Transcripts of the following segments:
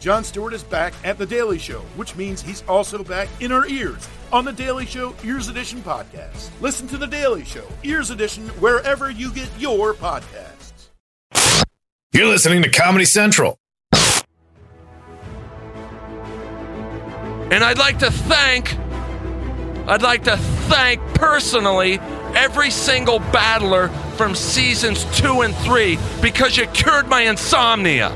John Stewart is back at The Daily Show, which means he's also back in our ears on The Daily Show Ears Edition podcast. Listen to The Daily Show Ears Edition wherever you get your podcasts. You're listening to Comedy Central. And I'd like to thank, I'd like to thank personally every single battler from seasons two and three because you cured my insomnia.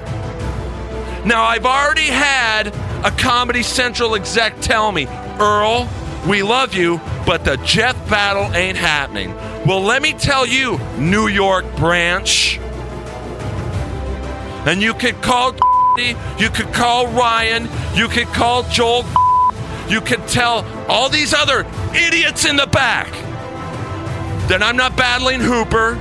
Now, I've already had a Comedy Central exec tell me, Earl, we love you, but the Jeff battle ain't happening. Well, let me tell you, New York branch. And you could call you could call Ryan, you could call Joel, you could tell all these other idiots in the back that I'm not battling Hooper,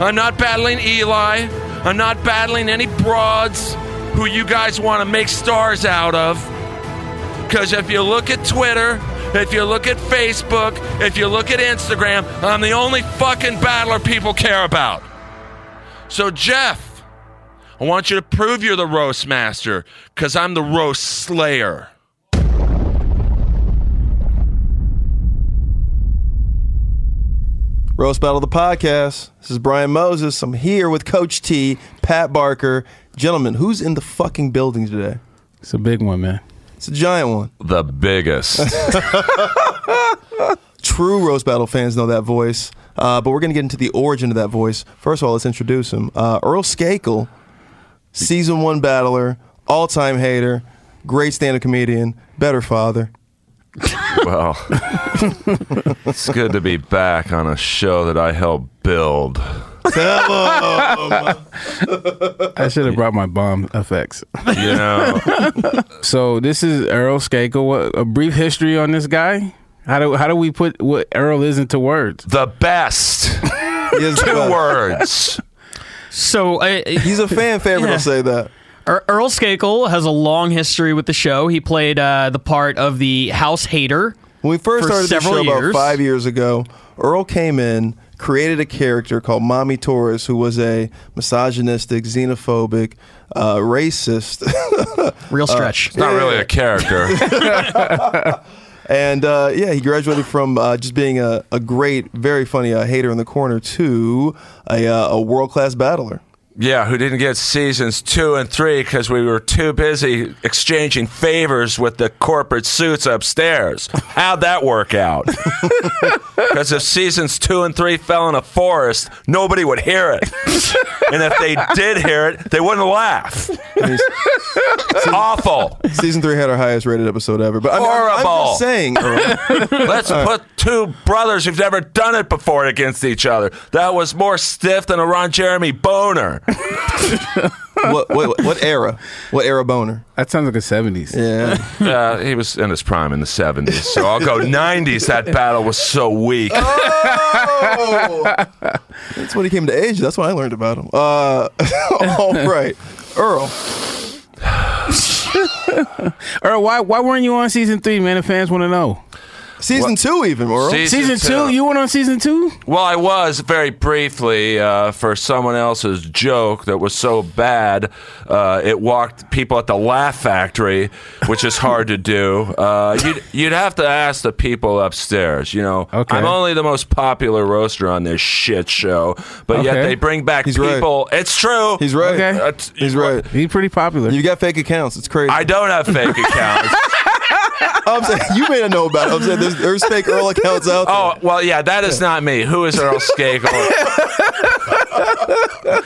I'm not battling Eli, I'm not battling any broads who you guys want to make stars out of. Because if you look at Twitter, if you look at Facebook, if you look at Instagram, I'm the only fucking battler people care about. So, Jeff, I want you to prove you're the roast master because I'm the roast slayer. Roast Battle the Podcast. This is Brian Moses. I'm here with Coach T, Pat Barker. Gentlemen, who's in the fucking building today? It's a big one, man. It's a giant one. The biggest. True Roast Battle fans know that voice, uh, but we're going to get into the origin of that voice. First of all, let's introduce him. Uh, Earl Skakel, season one battler, all time hater, great stand up comedian, better father. Well, it's good to be back on a show that I helped build. I should have brought my bomb effects. You know, So this is Earl Skakel. What, a brief history on this guy. How do how do we put what Earl is into words? the best. He is the Two best. words. So uh, He's a fan favorite, Yeah. I'll say that. Er- Earl Skakel has a long history with the show. He played uh, the part of the house hater. When we first For started the show several about years. five years ago, Earl came in, created a character called Mommy Torres, who was a misogynistic, xenophobic, uh, racist, Uh, Real stretch. Not really a character. and uh, yeah, he graduated from uh, just being a, a great, very funny uh, hater in the corner to a, uh, a world class battler. Yeah, who didn't get seasons two and three because we were too busy exchanging favors with the corporate suits upstairs. How'd that work out? Because if seasons two and three fell in a forest, nobody would hear it. and if they did hear it, they wouldn't laugh. It's awful. Season three had our highest rated episode ever. But I mean, I'm, I'm Horrible. just saying, Earl, Uh, Let's put two brothers who've never done it before against each other. That was more stiff than a Ron Jeremy boner. what, what, what era? What era boner? That sounds like the seventies. Yeah. Uh, he was in his prime in the 70s, so I'll go 90s. That battle was so weak. Oh! That's when he came to Asia. That's when I learned about him. Uh, all right, Earl. Earl, why why weren't you on season three, man? The fans want to know. Season two, even Earl. See- Season Season two, two. you went on season two. Well, I was very briefly uh, for someone else's joke that was so bad uh, it walked people at the Laugh Factory, which is hard to do. Uh, you'd, you'd have to ask the people upstairs. You know, Okay. I'm only the most popular roaster on this shit show, but yet Okay. they bring back He's right. people. It's true. He's right. Okay. Uh, t- He's right. He's pretty popular. You got fake accounts. It's crazy. I don't have fake accounts. I'm saying you may not know about. It. I'm saying there's, there's fake Earl accounts out there. Oh well, yeah, that is not me. Who is Earl Skakel?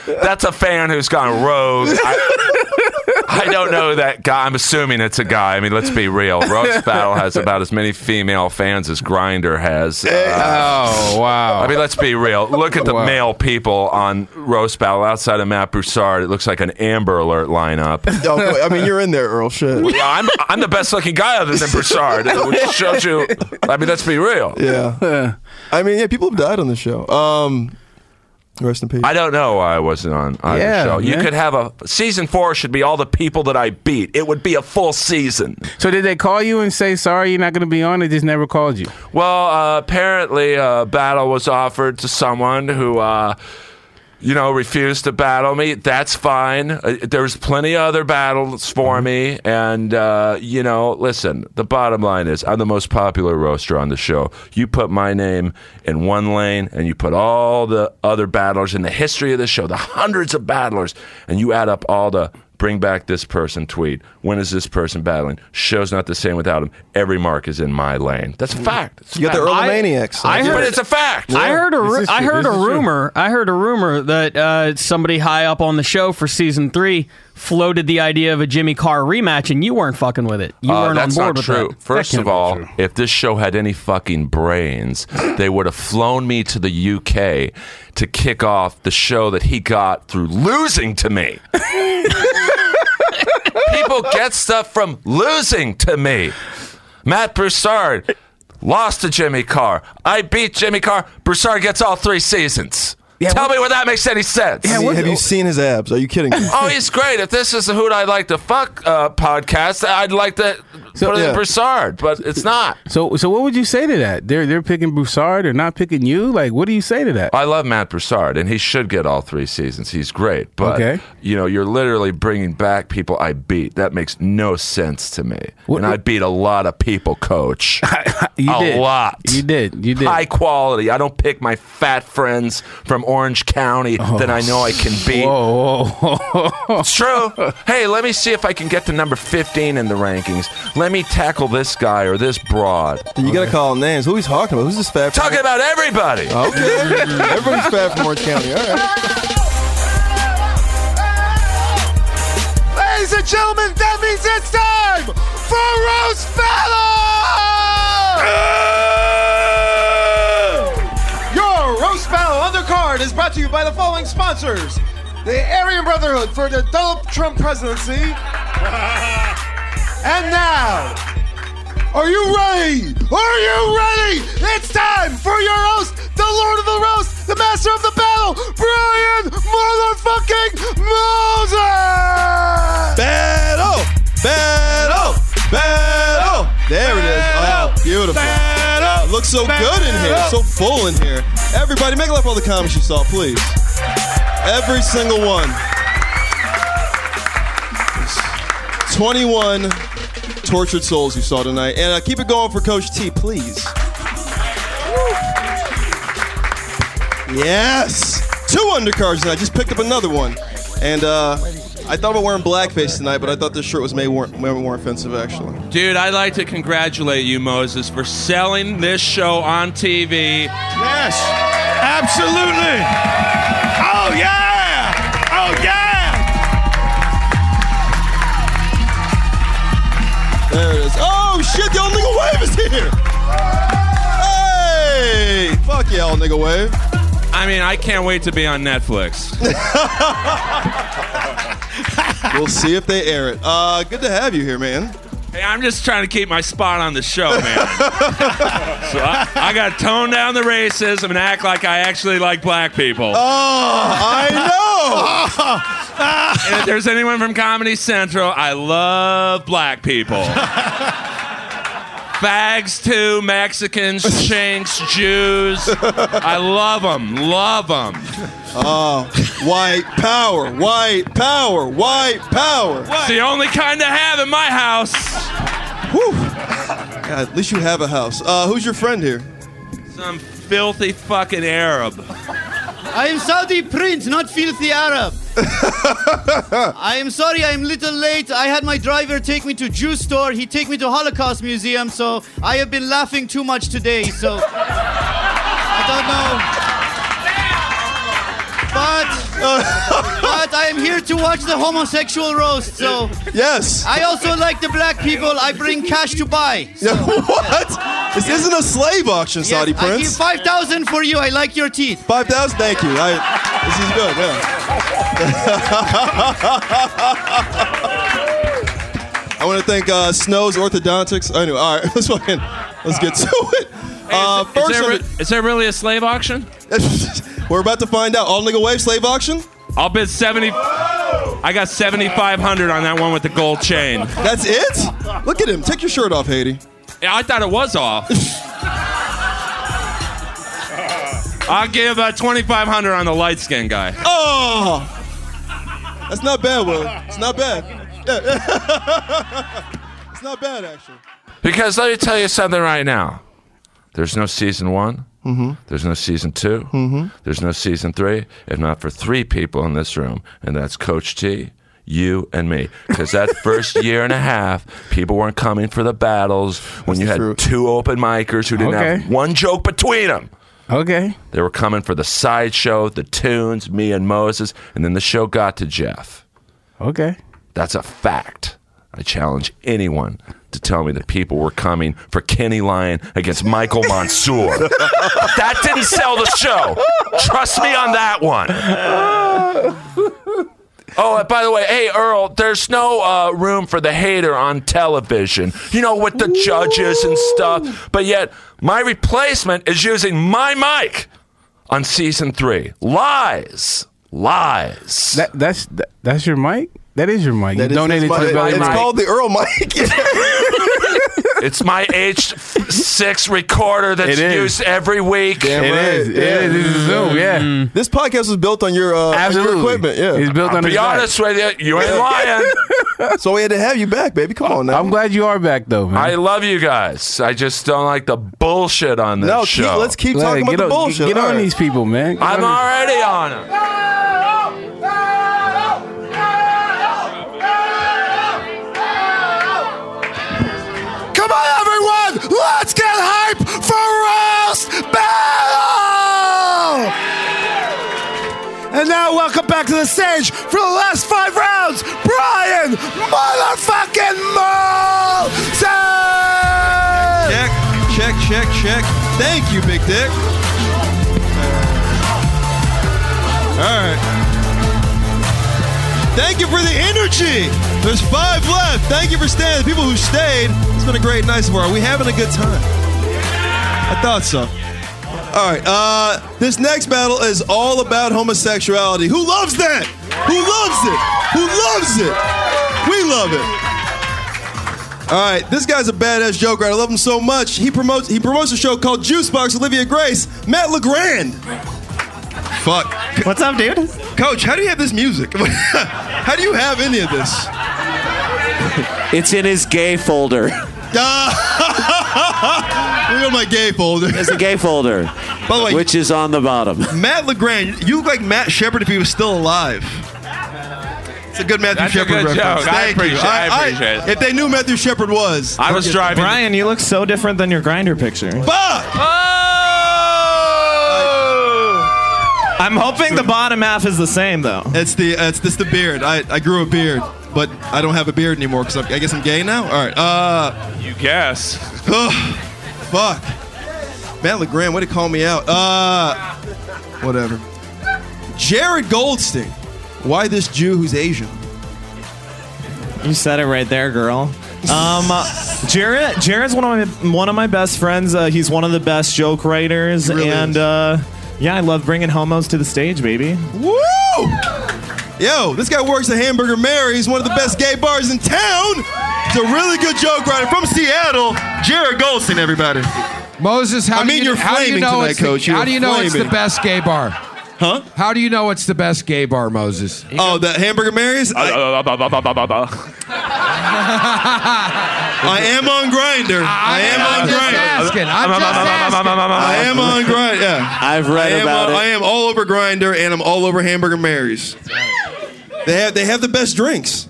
That's a fan who's gone rogue. I, I don't know that guy. I'm assuming it's a guy. I mean, let's be real. Roast Battle has about as many female fans as Grinder has. Uh, oh wow. I mean, let's be real. Look at the male people on Roast Battle outside of Matt Broussard. It looks like an Amber Alert lineup. Oh, boy. I mean, you're in there, Earl. Shit. Yeah, I'm, I'm the best looking guy other than Broussard, which shows you. I mean, let's be real. Yeah. I mean, yeah. People have died on the show. Um, rest in peace. I don't know why I wasn't on either Yeah, show. You man. could have a season four should be all the people that I beat. It would be a full season. so did they call you and say sorry you're not going to be on? They just never called you. Well, uh, apparently, a battle was offered to someone who. Uh, you know, refuse to battle me, that's fine. Uh, There's plenty of other battles for me. And, uh, you know, listen, the bottom line is I'm the most popular roaster on the show. You put my name in one lane and you put all the other battlers in the history of the show, the hundreds of battlers, and you add up all the bring back this person tweet. When is this person battling? Show's not the same without him. Every mark is in my lane. That's a fact. It's a You got the fact. Earl I- Maniacs. I but heard- it's a fact. I heard a this ru- is I true. heard a This is true. rumor. I heard a rumor that uh, somebody high up on the show for season three floated the idea of a Jimmy Carr rematch, and you weren't fucking with it. You Uh, weren't on that's board not with true. that. First can't of be all, true. if this show had any fucking brains, they would have flown me to the UK to kick off the show that he got through losing to me. People get stuff from losing to me. Matt Broussard lost to Jimmy Carr. I beat Jimmy Carr. Broussard gets all three seasons. Tell me where that makes any sense. See, have you seen his abs? Are you kidding me? Oh, he's great. If this is the Who'd I Like to Fuck uh, podcast, I'd like to put it yeah. in Broussard, but it's not. So, so what would you say to that? They're they're picking Broussard, they're not picking you. Like, what do you say to that? I love Matt Broussard, and he should get all three seasons. He's great, but Okay. you know, you're literally bringing back people I beat. That makes no sense to me. What- and I beat a lot of people, Coach. You a did. lot. You did. You did. High quality. I don't pick my fat friends from Orange County that I know I can beat. Oh. Whoa, whoa, whoa. It's true. Hey, let me see if I can get to number 15 in the rankings. Let me tackle this guy or this broad. You got to call him names. Who are you talking about? Who's this fat? Talking about everybody. Okay. Everybody's fat from Orange County. All right. Ladies and gentlemen, that means it's time for Roast Your Roast Battle undercard is brought to you by the following sponsors. The Aryan Brotherhood for the Donald Trump presidency. and now, are you ready? Are you ready? It's time for your host, the Lord of the Roast, the Master of the Battle, Brian Motherfucking Moses! Battle, battle, battle. There it is. Wow, beautiful. Battle. Looks so good in here. So full in here. Everybody, make up all the comments you saw, please. Every single one. 21 tortured souls you saw tonight. And uh, keep it going for Coach T, please. Yes. Two undercards tonight. Just picked up another one. And uh, I thought about wearing blackface tonight, but I thought this shirt was made more, made more offensive, actually. Dude, I'd like to congratulate you, Moses, for selling this show on TV. Yes, absolutely. Oh, yeah. Oh, yeah. There it is. Oh, shit, the old nigga wave is here. Hey. Fuck yeah, old nigga wave. I mean, I can't wait to be on Netflix. We'll see if they air it. Uh, good to have you here, man. Hey, I'm just trying to keep my spot on the show, man. so I, I got to tone down the racism and act like I actually like black people. Oh. Oh, I know. and if there's anyone from Comedy Central, I love black people. Fags too, Mexicans, Shanks, Jews. I love them, love them. Uh, White power, white power, white power. It's the only kind to have in my house. Whew. God, at least you have a house. Uh, who's your friend here? Some filthy fucking Arab. I am Saudi prince, not filthy Arab. I am sorry, I am little late. I had my driver take me to Jew store. He take me to Holocaust museum. So I have been laughing too much today. So I don't know. But but I am here to watch the homosexual roast. So Yes. I also like the black people. I bring cash to buy. So, what? This isn't a slave auction, Saudi yes, I give prince. five thousand for you. I like your teeth. Five thousand. Thank you. I, this is good. Yeah. I want to thank uh, Snow's Orthodontics. Anyway, all right, let's fucking let's get to it. Uh, first, is, there, under- re- is there really a slave auction? we're about to find out. All nigga wave slave auction. I'll bid 70. I got 7,500 on that one with the gold chain. That's it. Look at him. Take your shirt off, Haiti. Yeah, I thought it was off. I'll give about 2500 on the light skin guy. Oh, that's not bad, Will. It's not bad. Yeah. it's not bad actually. Because let me tell you something right now. There's no season one. Mm-hmm. There's no season 2 Mm-hmm. There's no season three, if not for three people in this room, and that's Coach T, you, and me. Because that first year and a half, people weren't coming for the battles when you had true. two open micers who didn't Okay. have one joke between them. Okay. They were coming for the sideshow, the tunes, me and Moses, and then the show got to Jeff. Okay. That's a fact. I challenge anyone to tell me that people were coming for Kenny Lyon against Michael Mansoor. Ah. that didn't sell the show. Trust me on that one. Oh, and by the way, hey Earl, there's no uh, room for the hater on television. You know, with the judges and stuff. But yet, my replacement is using my mic on season three. Lies, lies. That that's that, that's your mic. That is your mic. That is- you donated that's to my- Billy It's Mike. called the Earl Mike. It's my H6 recorder that's It is. used every week. It Damn right. is. It Yeah. is. This is Zoom. Yeah. Mm-hmm. This podcast was built on your, uh, on Absolutely. your equipment. It's Yeah. built on Be his back. honest with you, you ain't lying. so we had to have you back, baby. Come on now. I'm glad you are back though, man. I love you guys. I just don't like the bullshit on this no, keep, show. let's keep Like, talking about get the on, bullshit. Get All on right. these people, man. Get I'm on these- already on it. Come on, everyone! Let's get hype for Roast Battle! And now, welcome back to the stage for the last five rounds, Brian motherfucking Malton! Check, check, check, check. Thank you, Big Dick. All right. Thank you for the energy. There's five left. Thank you for staying. The people who stayed, it's been a great night so far. Are we having a good time? I thought so. All right, uh, this next battle is all about homosexuality. Who loves that? Who loves it? Who loves it? We love it. All right, this guy's a badass joker. I love him so much. He promotes he promotes a show called Juicebox. Olivia Grace, Matt Legrand. Fuck, What's up, dude? Coach, how do you have this music? how do you have any of this? It's in his gay folder. Look at my gay folder. It's a gay folder, By the way, which is on the bottom. Matt Legrand, you look like Matt Shepard if he was still alive. It's a good Matthew That's a Shepard good reference. joke. I Thank you. appreciate- I appreciate it. If they knew Matthew Shepard was. I was driving. Brian, you look so different than your grinder picture. Fuck! I'm hoping the bottom half is the same though. It's the uh, it's this the beard. I, I grew a beard, but I don't have a beard anymore because I guess I'm gay now. All right. Uh, You guess. ugh, fuck. Matt Legrand, way to call me out. Uh, whatever. Jared Goldstein. Why this Jew who's Asian? You said it right there, girl. Um, Jared, Jared's one of my one of my best friends. Uh, he's one of the best joke writers, really is. and uh, yeah, I love bringing homos to the stage, baby. Woo! Yo, this guy works at Hamburger Mary's, one of the best gay bars in town. It's a really good joke writer from Seattle, Jared Goldstein, everybody. Moses, how I mean, do you, you're how do you flaming know tonight, it's Coach. The, You're how do you know it's the flaming. best gay bar? Huh? How do you know it's the best gay bar, Moses? Oh, the Hamburger Mary's? I, I am on grinder. I am on I'm just grinder. asking. I'm just asking. I am on grinder. Yeah. I've I read am, about on- it. I am all over grinder and I'm all over Hamburger Mary's. They have they have the best drinks.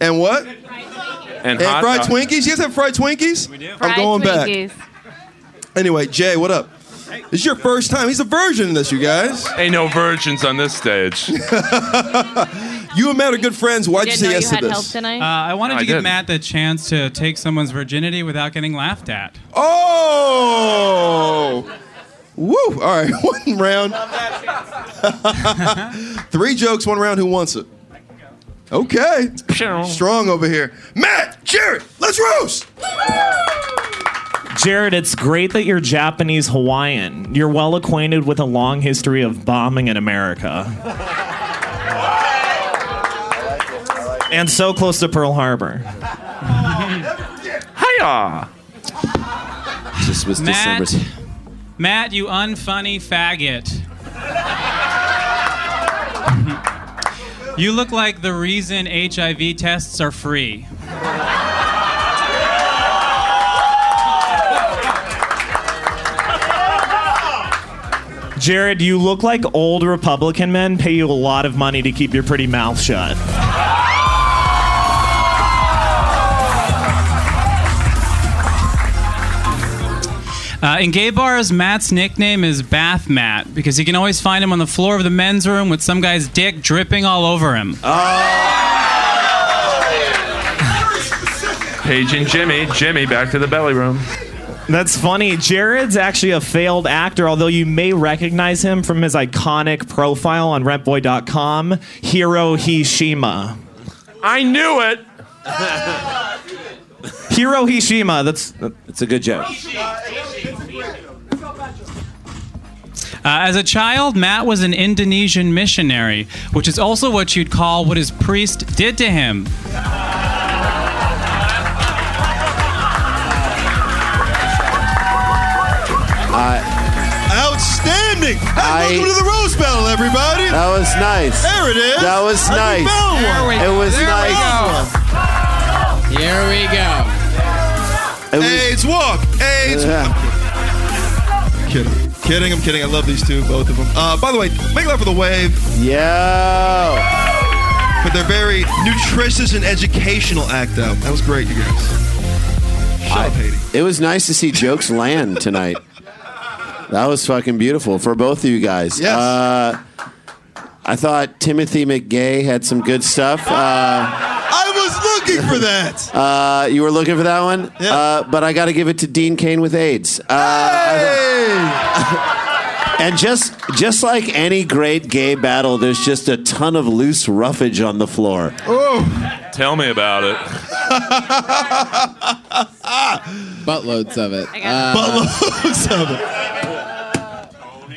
And what? And, And hot fried dog. Twinkies? You guys have fried Twinkies? We do. I'm going back. Anyway, Jay, what up? This is your first time. He's a virgin in this, you guys. Ain't no virgins on this stage. You and Matt are good friends. Why'd you say yes to this? Uh, tonight. I wanted I to give did. Matt the chance to take someone's virginity without getting laughed at. Oh! Woo! All right, one round. Three jokes, one round. Who wants it? Okay. Strong over here. Matt, Jared, let's roast! Jared, it's great that you're Japanese Hawaiian. You're well acquainted with a long history of bombing in America. And so close to Pearl Harbor. Hiya. This was Matt, Matt, you unfunny faggot. you look like the reason HIV tests are free. Jared, you look like old Republican men pay you a lot of money to keep your pretty mouth shut. Uh, in gay bars, Matt's nickname is Bath Matt because you can always find him on the floor of the men's room with some guy's dick dripping all over him. Oh. Paige and Jimmy. Jimmy back to the belly room. That's funny. Jared's actually a failed actor, although you may recognize him from his iconic profile on rentboy.com, Hiro Hishima. I knew it. Hiro Hishima, that's that's a good joke. Uh, as a child, Matt was an Indonesian missionary, which is also what you'd call what his priest did to him. Outstanding! Hey, welcome to the Rose Battle, everybody. That was nice. There it is. That was I nice. found one. There we- It was there we nice. Here we go. AIDS walk. AIDS. Kidding. Kidding. I'm kidding. I love these two, both of them. Uh, by the way, make love for the wave. Yeah. But they're very nutritious and educational act out. That was great, you guys. I- it was nice to see jokes land tonight. That was fucking beautiful for both of you guys. Yes. Uh, I thought Timothy McGay had some good stuff. Uh, I was looking for that. uh, you were looking for that one? Yeah. Uh, but I got to give it to Dean Kane with AIDS. Uh, I- and just just like any great gay battle, there's just a ton of loose roughage on the floor. Oh. Tell me about it. Buttloads of it. Buttloads of it.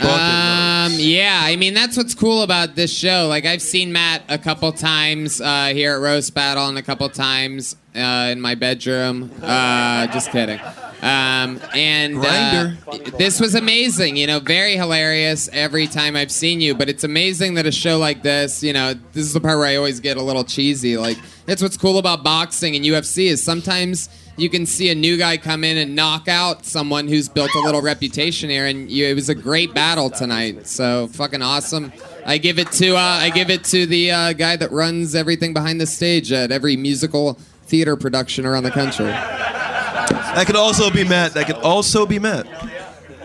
Um, yeah, I mean that's what's cool about this show. Like I've seen Matt a couple times uh, here at Roast Battle and a couple times uh, in my bedroom. Uh, just kidding. Um, and uh, this was amazing. You know, very hilarious every time I've seen you. But it's amazing that a show like this. You know, this is the part where I always get a little cheesy. Like that's what's cool about boxing and UFC is sometimes. You can see a new guy come in and knock out someone who's built a little reputation here, and you, it was a great battle tonight. So fucking awesome. I give it to uh, I give it to the uh, guy that runs everything behind the stage at every musical theater production around the country. That could also be Matt. That could also be Matt.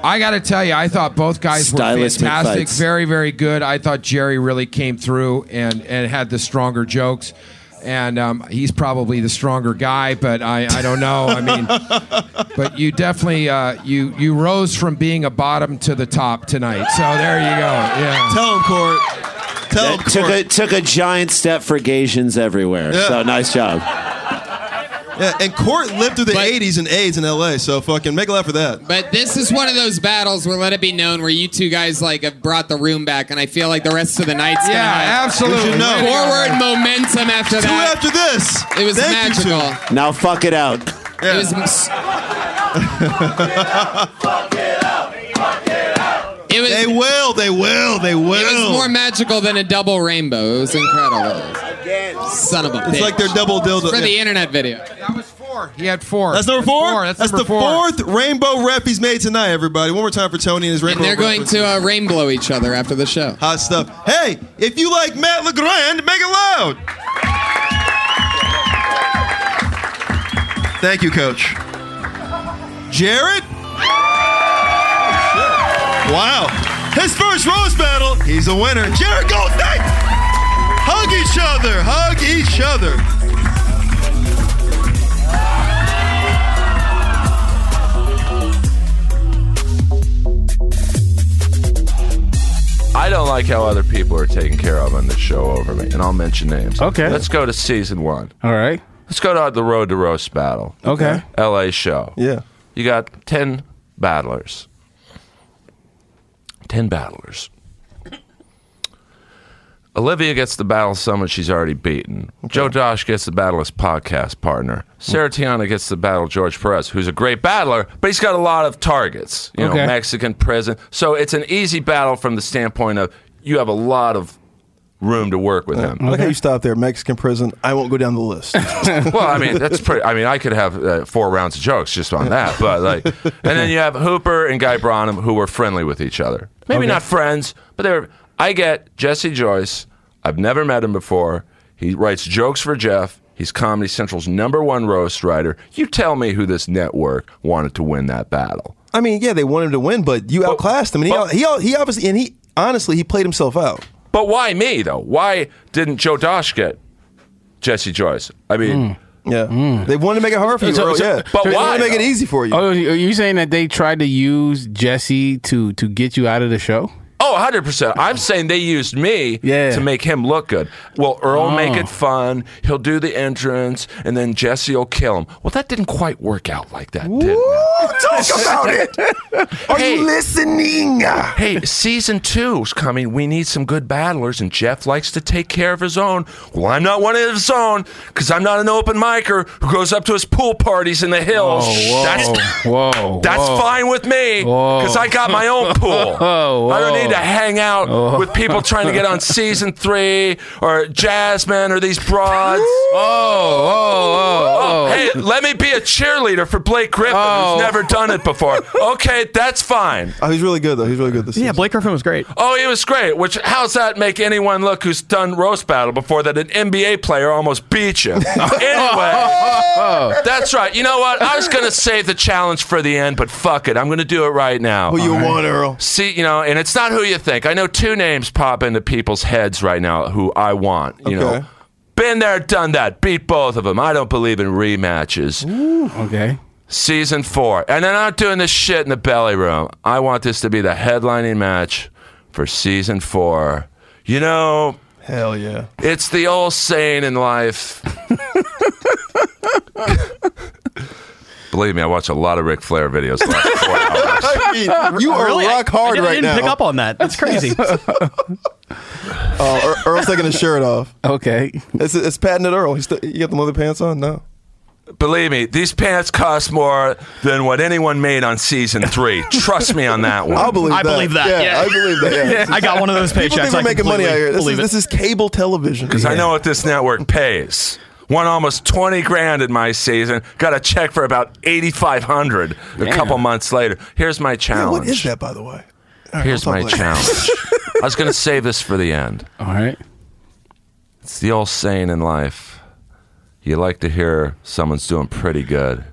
I got to tell you, I thought both guys Stylist were fantastic, McFights. very, very good. I thought Jerry really came through and, and had the stronger jokes. And um, he's probably the stronger guy, but I, I don't know. I mean, but you definitely uh, you you rose from being a bottom to the top tonight. So there you go. Yeah. Tell him, Court. Tell That took a took a giant step for Gaisians everywhere. Yeah. So nice job. Yeah, and Court lived through the 80s and AIDS in LA, so fucking make a laugh for that. But this is one of those battles where let it be known where you two guys like have brought the room back, and I feel like the rest of the night's gonna Yeah, have absolutely. We should know. forward momentum after Two that. after this. It was Thank you two. magical. Now fuck it out. It was It was, they will, they will, they will. It was more magical than a double rainbow. It was incredible. Son of a bitch. It's like their double dildo. For the yeah. internet video. He had four. That's number four. That's, the number four. fourth rainbow rep he's made tonight, everybody. One more time for Tony and his rainbow. And they're going references. to uh, rainbow each other after the show. hot stuff. Hey, if you like Matt Legrand, make it loud. Thank you, Coach. Jared. Oh, Wow, his first rose battle. He's a winner. Jared Goldstein. Hug each other. Hug each other. I don't like how other people are taken care of on this show over me, and I'll mention names. Okay. Let's go to season one. All right. Let's go to the Road to Roast Battle. Okay. LA show. Yeah. You got 10 battlers. 10 battlers. Olivia gets to battle someone she's already beaten. Joe Dosh gets to battle his podcast partner. Sarah Tiana gets to battle George Perez, who's a great battler, but he's got a lot of targets. You know, Okay. Mexican prison. So it's an easy battle from the standpoint of you have a lot of room to work with him. I like how you stop there. Mexican prison. I won't go down the list. well, I mean, that's pretty. I mean, I could have uh, four rounds of jokes just on that, but like, and then you have Hooper and Guy Branum who were friendly with each other. Maybe Okay. not friends, but they were. I get Jesse Joyce. I've never met him before. He writes jokes for Jeff. He's Comedy Central's number one roast writer. You tell me who this network wanted to win that battle. I mean, yeah, they want him to win, but you outclassed him, and he, out- he out- he obviously and he honestly he played himself out. But why me though? Why didn't Joe Dosh get Jesse Joyce? I mean, yeah, they wanted to make it hard for you. Earl, yeah, but they why? wanted to make it though? easy for you. Mm. Oh, you- are you saying that they tried to use Jesse to to get you out of the show? Oh, 100%. I'm saying they used me to make him look good. Well, Earl Oh. make it fun. He'll do the entrance, and then Jesse will kill him. Well, that didn't quite work out like that, did it? talk about it. Are you listening? Hey, season two's coming. We need some good battlers, and Jeff likes to take care of his own. Well, I'm not one of his own because I'm not an open micer who goes up to his pool parties in the hills. Oh, That's, whoa, that's whoa. fine with me Whoa. because I got my own pool. Whoa, I don't whoa. need to hang out Oh. with people trying to get on season three or Jasmine or these broads. oh, oh, oh. Hey, let me be a cheerleader for Blake Griffin, who's never done it before. Okay, that's fine. Oh, he's really good though. He's really good this yeah, season. Yeah, Blake Griffin was great. Oh, he was great. Which how's that make anyone look who's done roast battle before that an NBA player almost beat you? anyway, Oh. that's right. You know what? I was gonna save the challenge for the end, but fuck it, I'm gonna do it right now. Who you All right. want, Earl? See, you know, and it's not who you think. I know two names pop into people's heads right now who I want. You Okay. know. Been there, done that. Beat both of them. I don't believe in rematches. Okay. Season four. And I'm not doing this shit in the belly room. I want this to be the headlining match for season four. You know, Hell yeah. it's the old saying in life. Believe me, I watch a lot of Ric Flair videos. the last four hours. you are Really? I- rock I hard didn't- I right didn't now. pick up on that. That's crazy. Oh, Uh, Ear- Earl's taking his shirt off. Okay, it's, it's patented Earl. He's st- you got the leather pants on? No. Believe me, these pants cost more than what anyone made on season three. Trust me on that one. I'll believe that. Yeah, I believe that. Yeah. People think we're making money out here. This is, this is cable television. because I know what this network pays. Won almost twenty grand in my season. Got a check for about eighty five hundred a Man. couple months later. Here's my Yeah, what challenge. is that, by the way? All right, Here's we'll my talk later. challenge. I was gonna save this for the end. All right. It's the old saying in life: you like to hear someone's doing pretty good,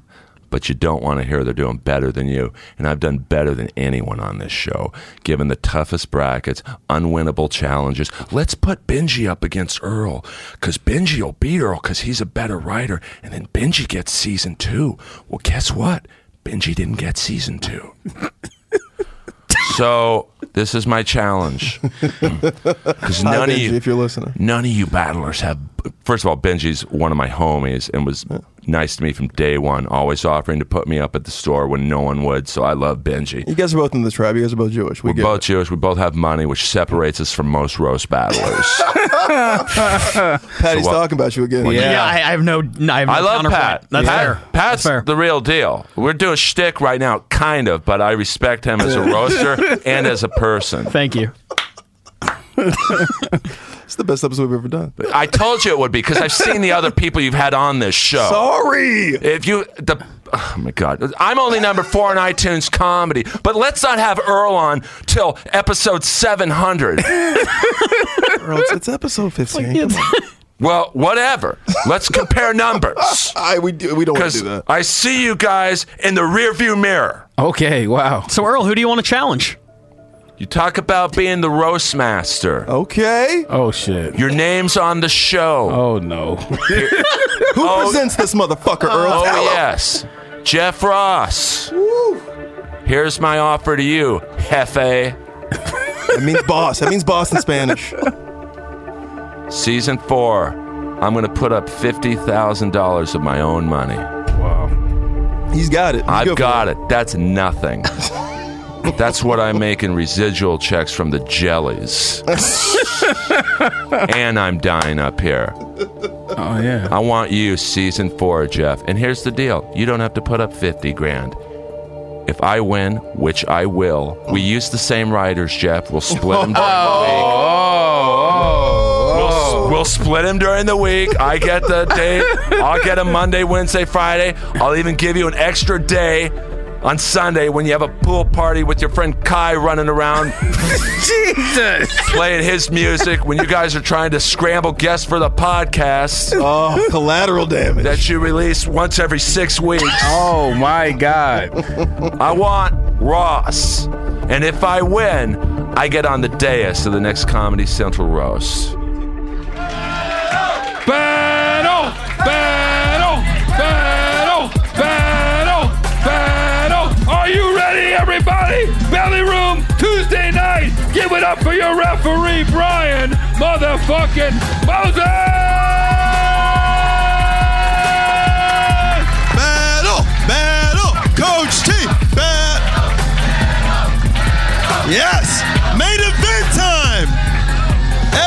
but you don't want to hear they're doing better than you. And I've done better than anyone on this show, given the toughest brackets, unwinnable challenges. Let's put Benji up against Earl, because Benji will beat Earl because he's a better writer. And then Benji gets season two. Well, guess what? Benji didn't get season two. So this is my challenge. Because Hi, none of Benji, you, if you're listening, none of you battlers have. First of all, Benji's one of my homies and was nice to me from day one, always offering to put me up at the store when no one would. So I love Benji. You guys are both in the tribe. You guys are both Jewish. We We're both Jewish. We both have money, which separates us from most roast battlers. Patty's So what- talking about you again. Yeah. Yeah, I, I have no. I, have no I love counterpoint. Pat. That's Pat- fair. Pat's the real deal. We're doing shtick right now, kind of, but I respect him as a roaster and as a person. Thank you. it's the best episode we've ever done. I told you it would be because I've seen the other people you've had on this show. Sorry. If you the oh my god, I'm only number four on iTunes comedy, but let's not have Earl on till episode 700. Earl, it's, it's episode 15. Well, whatever. Let's compare numbers. I we do, we don't want to do that. I see you guys in the rearview mirror. Okay, wow. So Earl, who do you want to challenge? You talk about being the roast master. Okay. Oh shit. Your name's on the show. Oh no. Who presents this motherfucker, Earl? Oh, Tell him. yes. Jeff Ross. Here's my offer to you, Hefe. That means boss. That means boss in Spanish. Season four. I'm going to put up $50,000 of my own money. Wow. He's got it. I've got it. That's nothing. That's what I'm making residual checks from the jellies. and I'm dying up here. Oh yeah. I want you season four, Jeff. And here's the deal: you don't have to put up fifty grand. If I win, which I will, we use the same riders, Jeff. We'll split them. Oh, Oh. We'll, we'll split them during the week. I get the day. I'll get a Monday, Wednesday, Friday. I'll even give you an extra day on Sunday when you have a pool party with your friend Kai running around Jesus. playing his music when you guys are trying to scramble guests for the podcast. Oh, collateral damage. That you release once every six weeks. Oh, my God. I want Ross. And if I win, I get on the dais of the next Comedy Central roast. Battle! Battle! Battle! Battle! Battle! Are you ready, everybody? Belly Room Tuesday night. Give it up for your referee, Brian Motherfucking Moses! Battle, battle, Coach T. Bat- yes, main event time.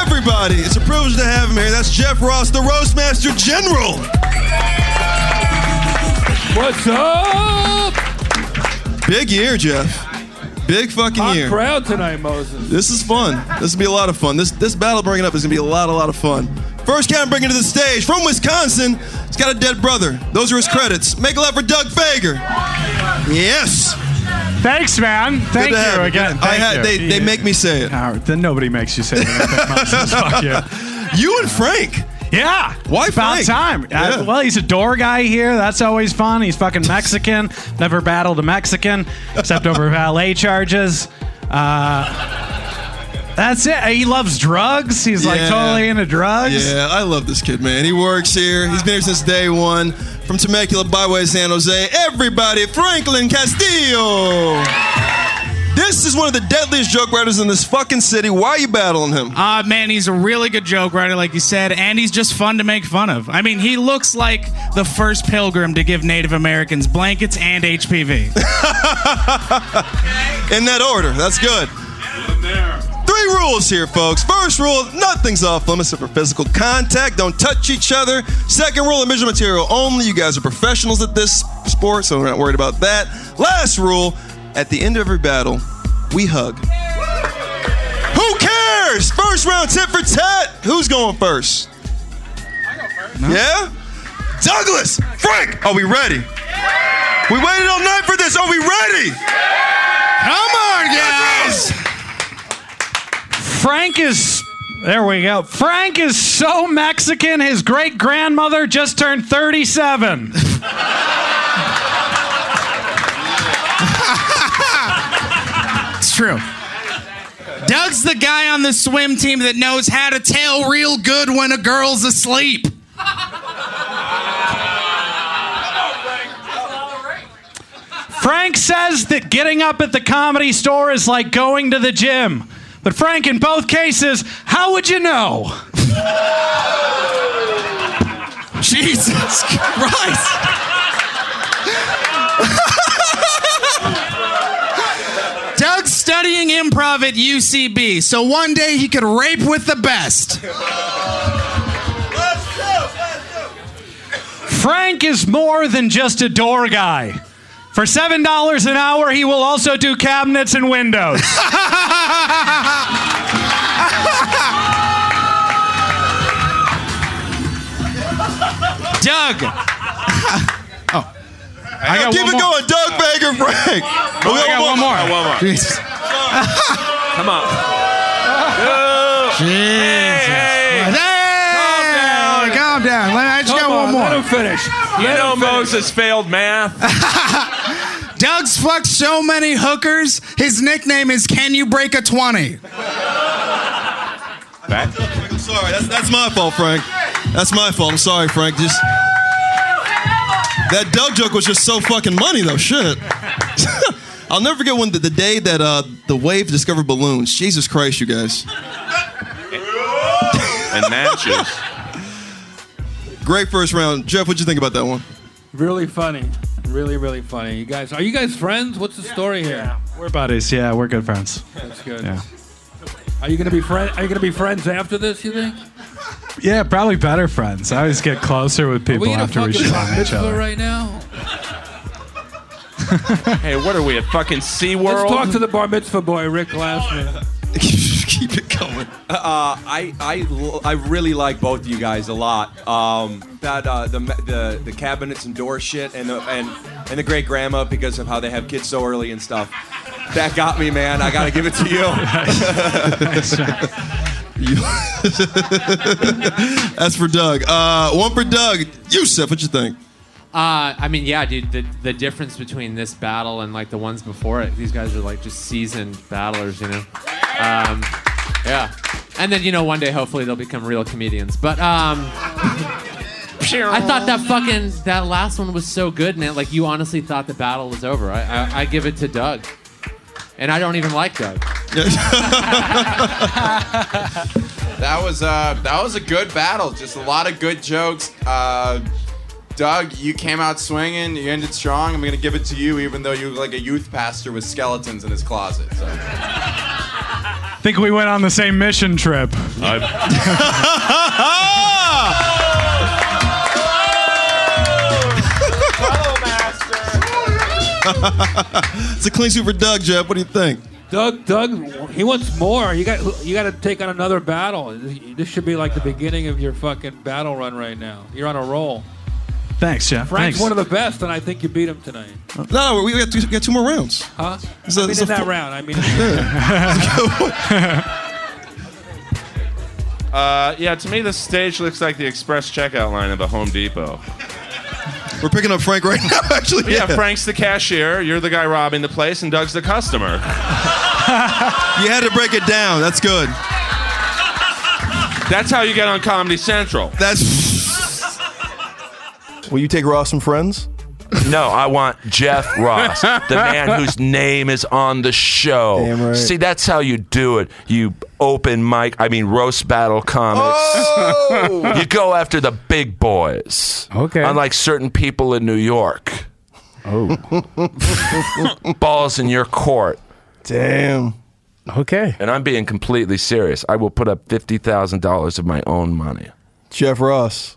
Everybody, it's a privilege to have him here. That's Jeff Ross, the Roastmaster General. What's up? Big year, Jeff. Big fucking Hot year. crowd tonight, Moses. This is fun. This will be a lot of fun. This this battle bringing up is gonna be a lot, a lot of fun. First guy I'm bringing to the stage from Wisconsin. He's got a dead brother. Those are his credits. Make a love for Doug Fager. Yes. Thanks, man. Good to Thank you have you. again. I Thank had- you. they- they make me say it. All right, then nobody makes you say it. Fuck you. You and Frank. Yeah. Why it's about Frank? time? I- Yeah. well, he's a door guy here. That's always fun. He's fucking Mexican. Never battled a Mexican except over valet charges. Uh, that's it. He loves drugs. He's like Yeah. totally into drugs. Yeah, I love this kid, man. He works here. He's been here since day one. From Temecula, byway of San Jose. Everybody, Franklin Castillo. This is one of the deadliest joke writers in this fucking city. Why are you battling him? Ah, Uh, man, he's a really good joke writer, like you said, and he's just fun to make fun of. I mean, he looks like the first pilgrim to give Native Americans blankets and HPV. in that order. That's good. Three rules here, folks. First rule nothing's off limits except for physical contact. Don't touch each other. Second rule of measure material only. You guys are professionals at this sport, so we're not worried about that. Last rule at the end of every battle, we hug. Who cares? First round tit for tat. Who's going first? Yeah? Douglas, Frank, are we ready? We waited all night for this. Are we ready? Come on, guys. Frank is. There we go. Frank is so Mexican, his great grandmother just turned 37. It's true. Doug's the guy on the swim team that knows how to tell real good when a girl's asleep. Frank says that getting up at the comedy store is like going to the gym. But, Frank, in both cases, how would you know? Jesus Christ. Doug's studying improv at UCB, so one day he could rape with the best. Frank is more than just a door guy. For $7 an hour, he will also do cabinets and windows. Doug. oh. I got keep it going, Doug Baker Frank. Oh, I got one more. I got one more. Jesus. Come on. Jesus. Calm down. Calm down. Let- I just got one more. Let him finish. You know Moses failed math. Doug's fucked so many hookers, his nickname is Can You Break a 20? I'm sorry. That's, that's my fault, Frank. That's my fault. I'm sorry, Frank. Just that Doug joke was just so fucking money, though. Shit. I'll never forget when the, the day that uh, the wave discovered balloons. Jesus Christ, you guys. and matches. Great first round, Jeff. What'd you think about that one? Really funny. Really, really funny. You guys, are you guys friends? What's the story here? We're buddies. Yeah, we're good friends. That's good. Yeah. Are you gonna be friend? Are you gonna be friends after this? You think? Yeah, probably better friends. I always get closer with are people we in a after we fucking shit bar on each mitzvah other. right now? hey, what are we at fucking SeaWorld? Let's talk to the bar mitzvah boy, Rick Glassman. keep it going. Uh, I, I, l- I really like both of you guys a lot. Um, that uh, the, ma- the the cabinets and door shit and the, and and the great grandma because of how they have kids so early and stuff. That got me, man. I gotta give it to you. That's for Doug. Uh, one for Doug. Yusef, what you think? Uh, I mean, yeah, dude. The, the difference between this battle and like the ones before it, these guys are like just seasoned battlers, you know. Um, yeah, and then you know one day hopefully they'll become real comedians. But um, I thought that fucking that last one was so good, man. Like you honestly thought the battle was over. I I, I give it to Doug, and I don't even like Doug. That was uh, that was a good battle. Just a lot of good jokes. Uh, Doug, you came out swinging. You ended strong. I'm gonna give it to you, even though you look like a youth pastor with skeletons in his closet. So. Think we went on the same mission trip. Oh. it's a clean sweep for Doug, Jeff. What do you think? Doug, Doug, he wants more. You got you got to take on another battle. This should be like the beginning of your fucking battle run right now. You're on a roll. Thanks, Jeff. Frank's Thanks. one of the best, and I think you beat him tonight. No, we got two, we got two more rounds. Huh? So- I mean, so in that fo- round. I mean, Uh, yeah, to me, the stage looks like the express checkout line of a Home Depot. We're picking up Frank right now, actually. Yeah, Frank's the cashier. You're the guy robbing the place, and Doug's the customer. you had to break it down. That's good. That's how you get on Comedy Central. That's. Will you take Ross some friends? No, I want Jeff Ross, the man whose name is on the show. Damn right. See, that's how you do it. You open mic, I mean, roast battle comics. you go after the big boys. Okay. Unlike certain people in New York. Oh. Balls in your court. Damn. Okay. And I'm being completely serious. I will put up $50,000 of my own money. Jeff Ross,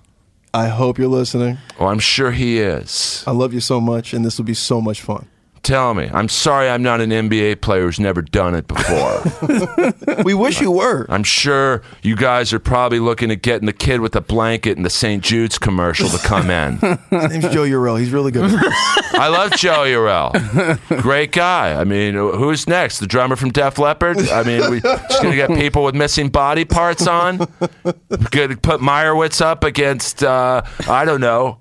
I hope you're listening. Oh, I'm sure he is. I love you so much, and this will be so much fun. Tell me. I'm sorry I'm not an NBA player who's never done it before. we wish you were. I'm sure you guys are probably looking at getting the kid with the blanket in the St. Jude's commercial to come in. His name's Joe Urell. He's really good. I love Joe Urell. Great guy. I mean, who's next? The drummer from Def Leppard? I mean, we just going to get people with missing body parts on? Going to put Meyerowitz up against, uh, I don't know,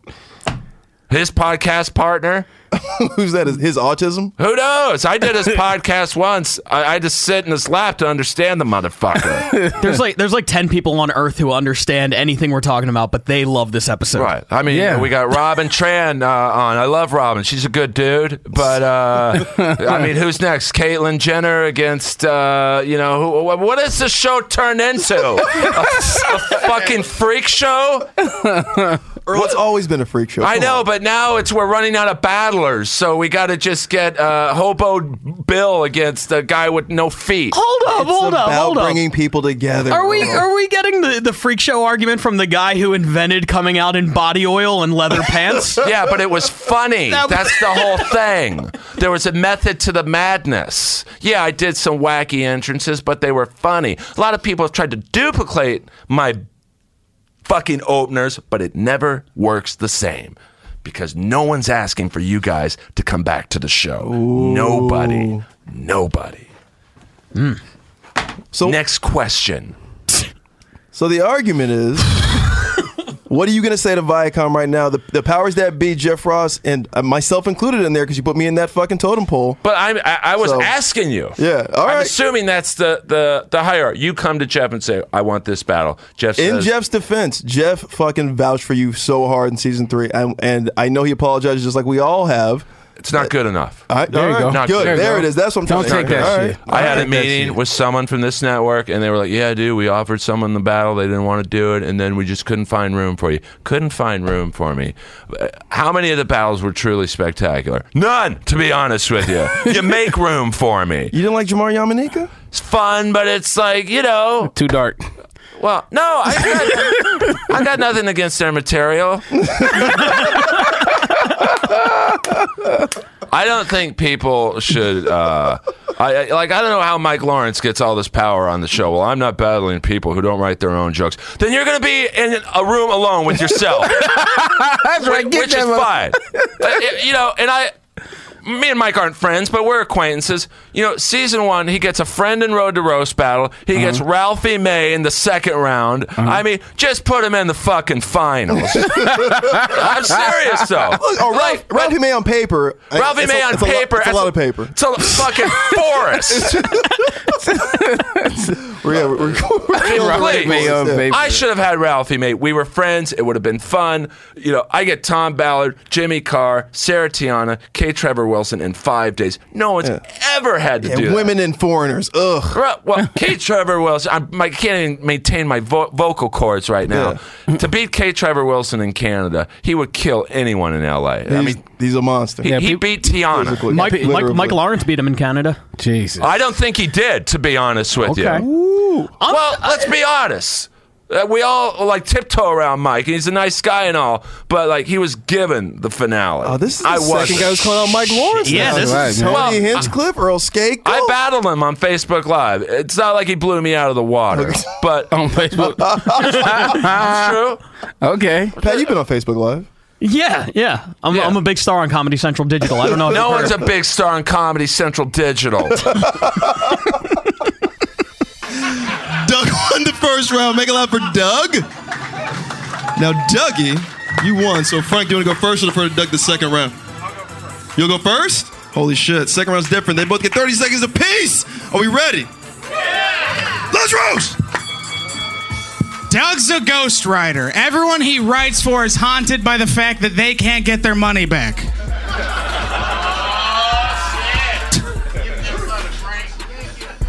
his podcast partner? Who's that? Is his autism? Who knows? I did his podcast once. I, I just sit in his lap to understand the motherfucker. There's like there's like ten people on Earth who understand anything we're talking about, but they love this episode. Right. I mean, we got Robin Tran uh, on. I love Robin. She's a good dude. But uh, I mean, who's next? Caitlyn Jenner against uh, you know who, wh- what does this show turn into? a, a fucking freak show? Earl, it's always been a freak show. I Come know, but now it's we're running out of battlers, so we got to just get uh, Hobo Bill against a guy with no feet. Hold up, hold up, about hold up. bringing people together. Are we are we getting the, the freak show argument from the guy who invented coming out in body oil and leather pants? yeah, but it was funny. That was- That's the whole thing. There was a method to the madness. Yeah, I did some wacky entrances, but they were funny. A lot of people have tried to duplicate my fucking openers, but it never works the same because no one's asking for you guys to come back to the show. Nobody. Nobody. Hmm. So next question. So the argument is, what are you going to say to Viacom right now? The, the powers that be, Jeff Ross, and uh, myself included in there, because you put me in that fucking totem pole. But I'm, I, I was So- asking you. Yeah, all I'm right. assuming that's the, the, the hierarchy. You come to Jeff and say, I want this battle. Jeff says, In Jeff's defense, Jeff fucking vouched for you so hard in season three, and, and I know he apologized just like we all have. It's not good enough. I- There you all right, go. Not good. There enough. it is. That's what I'm Don't trying to take think. that All right. shit. I had a Don't take that meeting with someone from this network, and they were like, "Yeah, dude, we offered someone the battle. They didn't want to do it, and then we just couldn't find room for you. Couldn't find room for me. Uh, How many of the battles were truly spectacular? None, to be honest with you. you make room for me. You didn't like Jamar Yamanika? It's fun, but it's like you know, too dark. Well, no, I got, I got nothing against their material. I don't think people should. Uh, I I- like. I don't know how Mike Lawrence gets all this power on the show. Well, I'm not battling people who don't write their own jokes. Then you're going to be in a room alone with yourself, That's which, which is fine. Uh, you know, and I. Me and Mike aren't friends, but we're acquaintances. You know, season one, he gets a friend in Road to Roast battle. He gets Ralphie May in the second round. I mean, just put him in the fucking finals. I'm serious, though. Look, oh, Ralph, Ralphie May on paper. I- Ralphie it's a- May on it's a lot- paper. it's a lot of paper. It's a fucking forest. We're, yeah, we're, we're, we're I mean, Ralphie please. May on paper. I should have had Ralphie, mate. We were friends. It would have been fun. You know, I get Tom Ballard, Jimmy Carr, Sarah Tiana, K. Trevor Wilson in five days. No one's ever had to Yeah, do that. women and foreigners. Ugh. Right, Well, Kate Trevor Wilson, I'm, I can't even maintain my vo- vocal cords right now. to beat Kate Trevor Wilson in Canada, he would kill anyone in LA. I He's- mean, he's a monster. he, he beat Tiana. Uh, Mike, Mike, Mike Lawrence beat him in Canada. Jesus. I don't think he did, to be honest with Okay. you. Well, let's be honest. Uh, we all like tiptoe around Mike, and he's a nice guy and all, but like he was given the finale. Oh, this is the second guy who's calling out Mike Lawrence Yeah, now. this is Tony Hinchcliffe, Earl Skate. I battled him on Facebook Live. It's not like he blew me out of the water, but on Facebook, it's true. Okay. Pat, you've been on Facebook Live. Yeah, yeah. I'm, I'm a big star on Comedy Central Digital. I don't know. if no you've heard one's a of- big star in Comedy Central Digital. Doug won the first round. Make a loud for Doug. Now, Dougie, you won. So, Frank, do you want to go first or for Doug the second round? You'll go first? Holy shit. Second round's different. They both get 30 seconds apiece. Are we ready? Let's roast! Doug's a ghost writer. Everyone he writes for is haunted by the fact that they can't get their money back.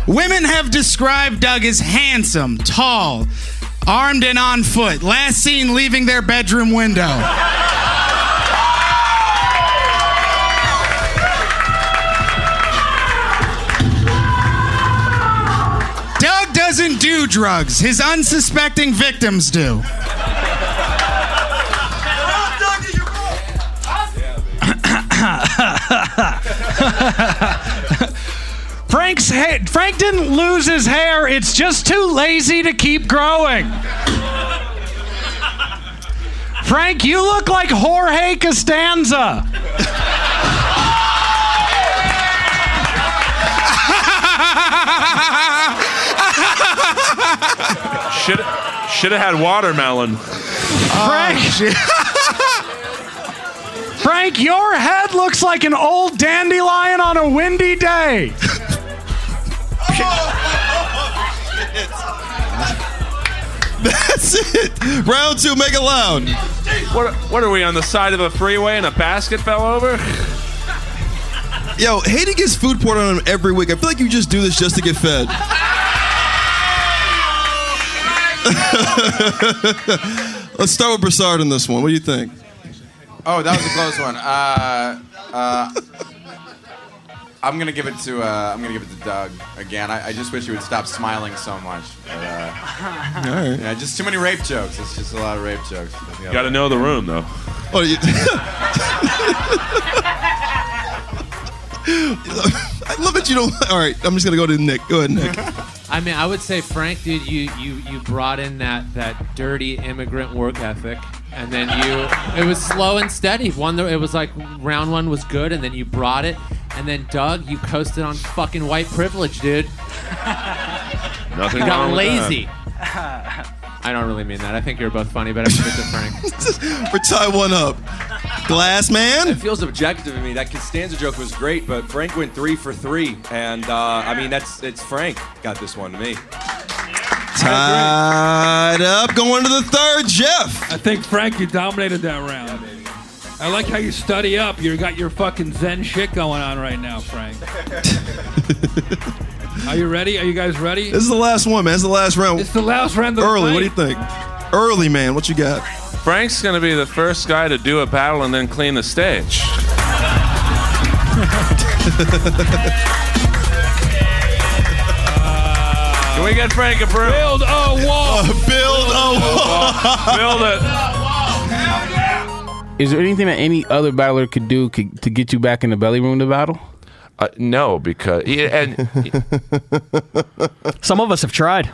Women have described Doug as handsome, tall, armed and on foot, last seen leaving their bedroom window. Doug doesn't do drugs, his unsuspecting victims do. Frank's head. Frank didn't lose his hair. It's just too lazy to keep growing. Frank, you look like Jorge Costanza. Should should have had watermelon. Frank. Frank, your head looks like an old dandelion on a windy day. That's it. Round two, make it loud. What what are we on the side of a freeway and a basket fell over? Yo, Hayden gets food poured on him every week. I feel like you just do this just to get fed. Let's start with Broussard on this one. What do you think? Oh, that was a close one. Uh, uh, I'm gonna give it to uh, I'm gonna give it to Doug again. I, I just wish he would stop smiling so much. But, uh, right. Yeah, just too many rape jokes. It's just a lot of rape jokes. You got to know the room though. Oh, you, I love that you don't. All right, I'm just gonna go to Nick. Go ahead, Nick. I mean, I would say, Frank, dude, you you you brought in that that dirty immigrant work ethic, and then you it was slow and steady. One, it was like round one was good, and then you brought it, and then Doug, you coasted on fucking white privilege, dude. Nothing Got wrong with lazy. that. I don't really mean that. I think you're both funny, but I give it to Frank. We're tied one up. Glass man. It feels objective to me. That Costanza joke was great, but Frank went three for three, and uh, I mean that's it's Frank got this one to me. Tied up. Going to the third, Jeff. I think Frank, you dominated that round. I like how you study up. You got your fucking Zen shit going on right now, Frank. Are you ready? Are you guys ready? This is the last one, man. This is the last round. It's the last round of the Early, what do you think? Early, man. What you got? Frank's going to be the first guy to do a battle and then clean the stage. Can we get Frank a brew? Build a wall. build a wall. build it. Is there anything that any other battler could do c- to get you back in the belly room to battle? Uh, no, because and Some of us have tried.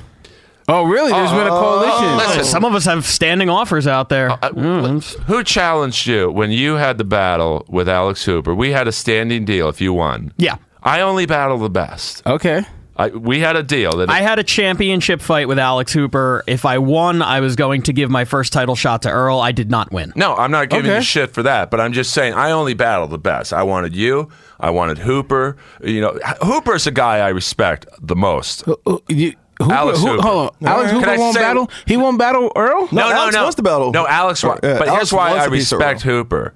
Oh, really? There's been a coalition. Uh, Listen. Some of us have standing offers out there. Uh, Mm, Who challenged you when you had the battle with Alex Hooper? We had a standing deal if you won. Yeah. I only battle the best. Okay. I, we had a deal that I had a championship fight with Alex Hooper. If I won, I was going to give my first title shot to Earl. I did not win. No, I'm not giving Okay. you shit for that, but I'm just saying I only battle the best. I wanted you. I wanted Hooper. You know, H- Hooper's a guy I respect the most. Uh, Hooper- Alex who- Hooper. Hold on. Alex Can I Hooper won't say- battle. He won't battle Earl. No, no, no. No, Alex. wa- Yeah, but Alex here's why wants I to beat Sorrell. respect Hooper.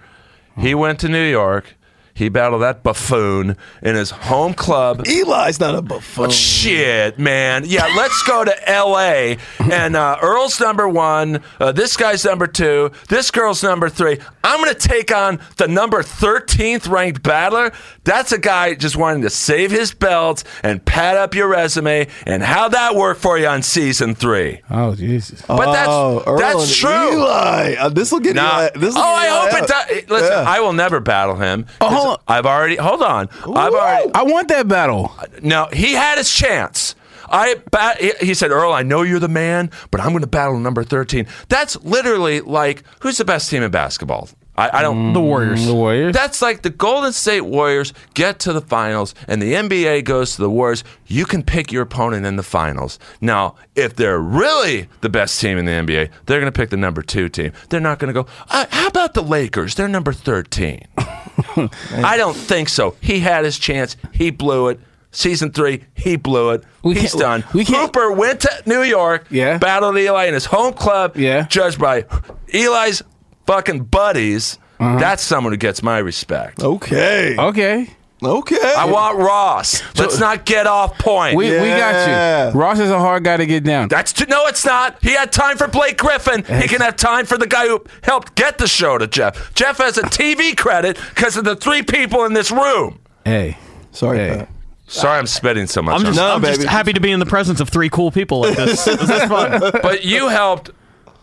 He went to New York. He battled that buffoon in his home club. Eli's not a buffoon. shit, man. Yeah, let's go to L.A. And uh, Earl's number one. Uh, this guy's number two. This girl's number three. I'm going to take on the number 13th ranked battler. That's a guy just wanting to save his belt and pad up your resume. And how that worked for you on season three? Oh Jesus! But that's- Earl that's and true. Oh, Eli, uh, this will get Nah. Eli. This'll oh, get I Eli hope it out. does. Listen, Yeah. I will never battle him. 'cause Oh, hold on. I've already. Hold on. I've already. I want that battle. No, he had his chance. I bat, he- he said, Earl, I know you're the man, but I'm going to battle number 13. That's literally like who's the best team in basketball? I, I don't. Mm, The Warriors. The Warriors. That's like the Golden State Warriors get to the finals, and the NBA goes to the Warriors. You can pick your opponent in the finals. Now, if they're really the best team in the NBA, they're going to pick the number two team. They're not going to go. Uh, how about the Lakers? They're number thirteen. I don't think so. He had his chance. He blew it. Season three, he blew it. He's done. Hooper went to New York, yeah. battled Eli in his home club, yeah. judged by Eli's fucking buddies. That's someone who gets my respect. Okay. Okay. Okay. I want Ross. Let's not get off point. We, we got you. Ross is a hard guy to get down. That's too, no, it's not. He had time for Blake Griffin. He can have time for the guy who helped get the show to Jeff. Jeff has a TV credit because of the three people in this room. Hey, sorry. Sorry, I'm spitting so much. I'm just, I'm just happy to be in the presence of three cool people like this. This is fun. but you helped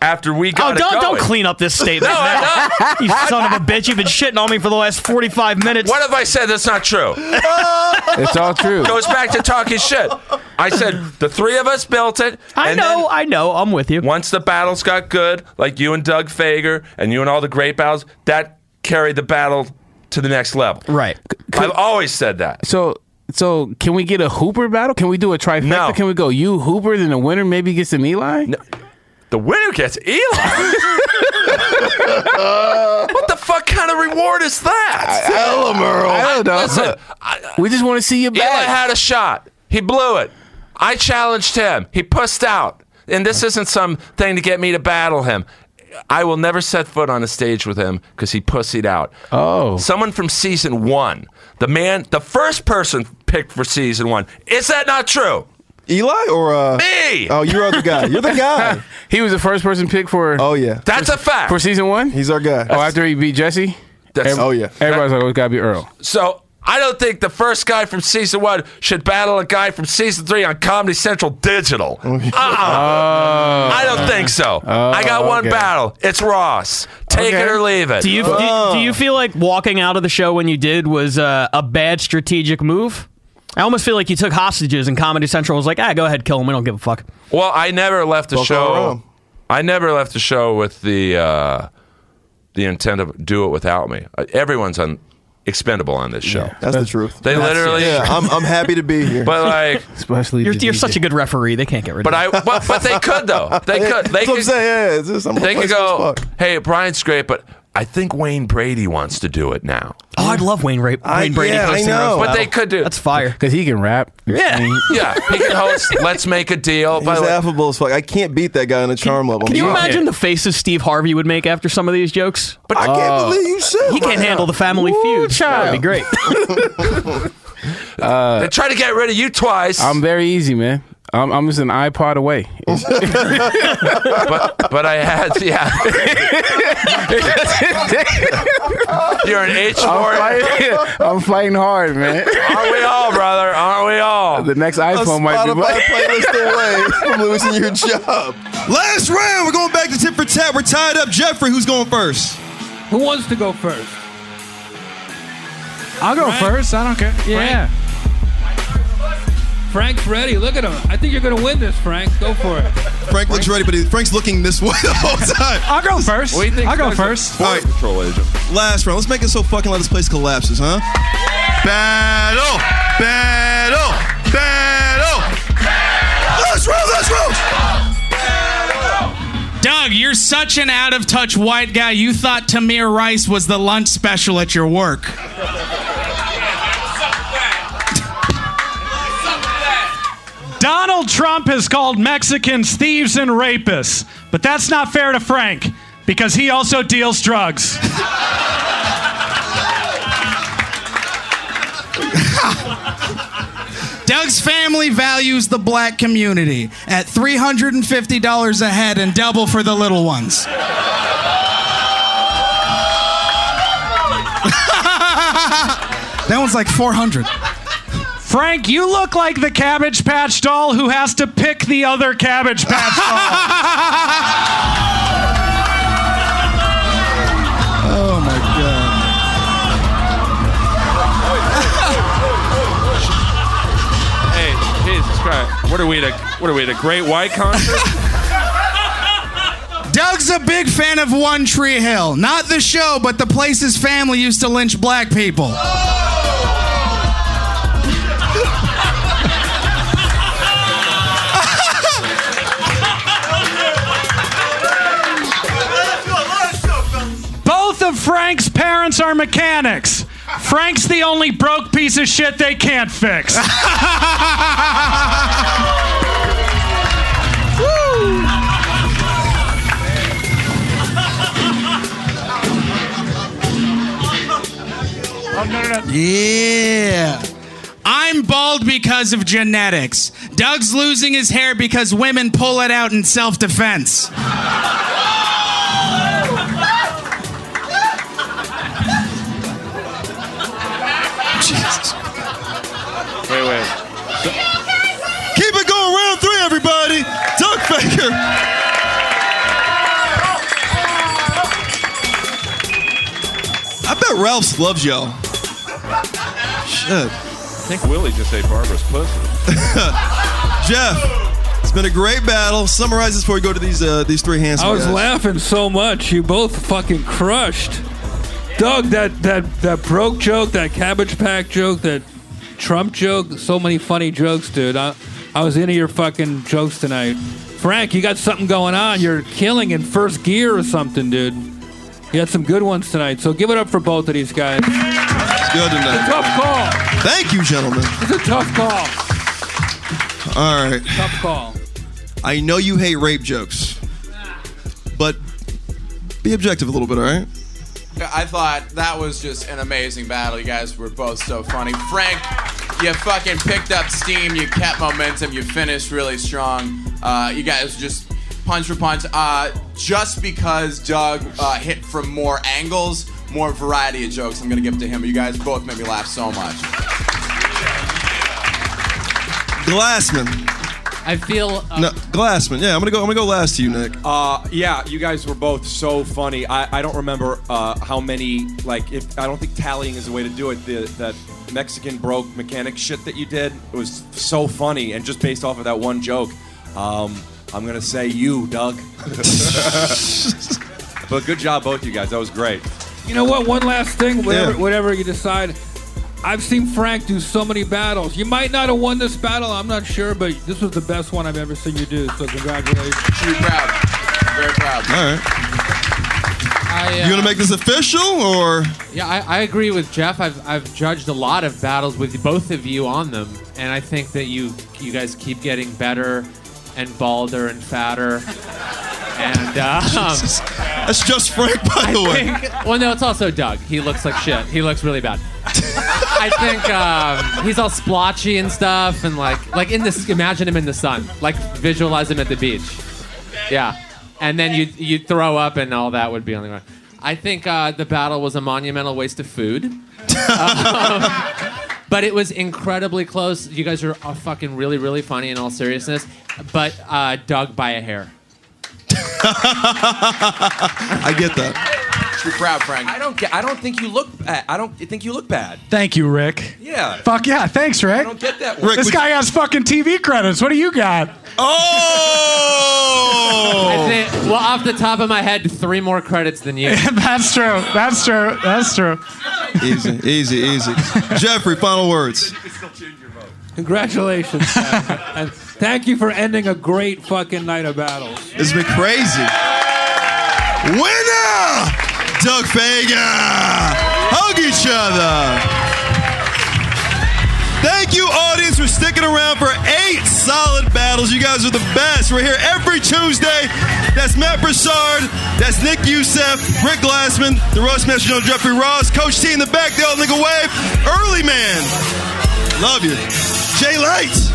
after we Oh, got. it don't don't going. clean up this statement. No, man. I you son of a bitch! You've been shitting on me for the last forty-five minutes. What have I said that's not true? It's all true. Goes back to talking shit. I said the three of us built it. I know, I know, I'm with you. Once the battles got good, like you and Doug Fager and you and all the great battles, that carried the battle to the next level. Right. I've always said that. So so can we get a Hooper battle? Can we do a trifecta? Can we go you Hooper then the winner maybe gets an Eli? The winner gets Eli. what the fuck kind of reward is that? Tell him, Earl. I don't know. Listen, we just want to see you back. Eli had a shot. He blew it. I challenged him. He pussed out. And this isn't some thing to get me to battle him. I will never set foot on a stage with him because he pussied out. Oh. Someone from season one. The man, the first person picked for season one. Is that not true? Eli or uh, me? Oh, you're the guy. You're the guy. he was the first person picked for. Oh yeah, That's a fact. for season one. He's our guy. Oh, after he beat Jesse. That's- Every- Oh, yeah. Everybody's like, oh, it's gotta be Earl. So I don't think the first guy from season one should battle a guy from season three on Comedy Central Digital. Uh-uh. I don't think so. Oh, I got one okay. battle. It's Ross. Take it or leave it. Do you, Oh. do, do you feel like walking out of the show when you did was uh, a bad strategic move? I almost feel like you took hostages, and Comedy Central was like, "Ah, go ahead, kill him. We don't give a fuck." Well, I never left the Boko show. Haram. I never left the show with the uh, the intent of do it without me. Uh, Everyone's on expendable on this show. That's the truth. They That's- literally. Yeah, I'm, I'm happy to be here. But like, especially You're, you're such a good referee; they can't get rid But of. I, you. but, but they could though. They could. They That's what I'm could saying. Yeah, it's just- I'm they could flexible as go. Hey, Brian's great, but I think Wayne Brady wants to do it now. Oh, I'd love Wayne, Ra- Wayne Brady hosting Roast But Battle. they could do. That's fire. Because he can rap. Yeah. yeah. He can host. Let's make a deal. He's By the way, affable as fuck. I can't beat that guy on a charm level. Can you I'm sorry. imagine the faces Steve Harvey would make after some of these jokes? But I can't Oh. believe you said he right can't now. handle the family feud. That'd be great. Uh, they try to get rid of you twice. I'm very easy, man. I'm, I'm just an iPod away. but, but I had, yeah. You're an H I'm fighting, I'm fighting hard, man. Aren't we all, brother? Aren't we all? The next iPhone might be. Spotify playlist away from losing your job. Last round, we're going back to tip for tap. We're tied up. Jeffrey, who's going first? Who wants to go first? I'll go Frank? first. I don't care. Yeah. Frank's ready. Look at him. I think you're going to win this, Frank. Go for it. Frank looks ready, but he, Frank's looking this way the whole time. I'll go first. What do you think I'll go first. All right. Control agent. Last round. Let's make it so fucking like this place collapses, huh? Battle! Battle! Battle! Let's roll! Let's roll! Doug, you're such an out of touch white guy. You thought Tamir Rice was the lunch special at your work. Donald Trump has called Mexicans thieves and rapists, but that's not fair to Frank because he also deals drugs. Doug's family values the black community at $350 a head and double for the little ones. that one's like 400. Frank, you look like the Cabbage Patch doll who has to pick the other Cabbage Patch doll. Oh my god. Hey, Jesus Christ! What are we? The, what are we? The Great White concert? Doug's a big fan of One Tree Hill. Not the show, but the place his family used to lynch black people. Both of Frank's parents are mechanics. Frank's the only broke piece of shit they can't fix. Yeah. I'm bald because of genetics. Doug's losing his hair because women pull it out in self defense. Jesus. Wait, wait. Keep it going, round three, everybody. Doug Faker. I bet Ralphs loves y'all. Shit. I think Willie just ate Barbara's pussy. Jeff, it's been a great battle. Summarize this before we go to these uh, these three hands. I was laughing so much. You both fucking crushed. Doug, that that that broke joke, that cabbage pack joke, that Trump joke, so many funny jokes, dude. I, I was into your fucking jokes tonight. Frank, you got something going on. You're killing in first gear or something, dude. You had some good ones tonight. So give it up for both of these guys. It's good tonight. tough call. Thank you, gentlemen. It's a tough call. All right. Tough call. I know you hate rape jokes, but be objective a little bit, all right? I thought that was just an amazing battle. You guys were both so funny. Frank, you fucking picked up steam. You kept momentum. You finished really strong. Uh, you guys just punch for punch. Uh, just because Doug uh, hit from more angles, more variety of jokes, I'm gonna give it to him. You guys both made me laugh so much. Glassman. I feel. uh, No, Glassman. Yeah, I'm gonna go. I'm gonna go last to you, Nick. Uh, yeah, you guys were both so funny. I, I don't remember uh, how many like if I don't think tallying is the way to do it. The, that Mexican broke mechanic shit that you did it was so funny, and just based off of that one joke, um, I'm gonna say you, Doug. but good job, both you guys. That was great. You know what? One last thing. Whatever, Yeah. whatever you decide. I've seen Frank do so many battles. You might not have won this battle. I'm not sure, but this was the best one I've ever seen you do. So congratulations. Should be proud. Very proud. All right. I, uh, You want to make this official or? Yeah, I, I agree with Jeff. I've, I've judged a lot of battles with both of you on them, and I think that you you guys keep getting better and balder and fatter. And um, that's just Frank, by the way. well, no, it's also Doug. He looks like shit. He looks really bad. I think um, he's all splotchy and stuff, and like like in this. Imagine him in the sun. Like visualize him at the beach. Yeah, and then you you throw up and all that would be on the ground. I think uh, the battle was a monumental waste of food. Um, But it was incredibly close. You guys are all fucking really, really funny in all seriousness. But uh, Doug by a hair. I get that. You're proud, Frank. I don't get. I don't think you look. Bad. I don't think you look bad. Thank you, Rick. Yeah. Fuck yeah, thanks, Rick. I don't get that Rick one. this Rick, guy has fucking TV credits. What do you got? I think, well, off the top of my head, three more credits than you. That's true. That's true. That's true. easy, easy, easy. Jeffrey, final words. Congratulations. guys. and thank you for ending a great fucking night of battles. It's been crazy. Winner! Doug Ah. Fagan! Hug each other! Thank you, audience, for sticking around for eight solid battles. You guys are the best. We're here every Tuesday. That's Matt Broussard. That's Nick Youssef, Rick Glassman, the Ross Master General Jeffrey Ross, Coach T in the back, the old nigga wave, Early Man. Love you. Jay Lights.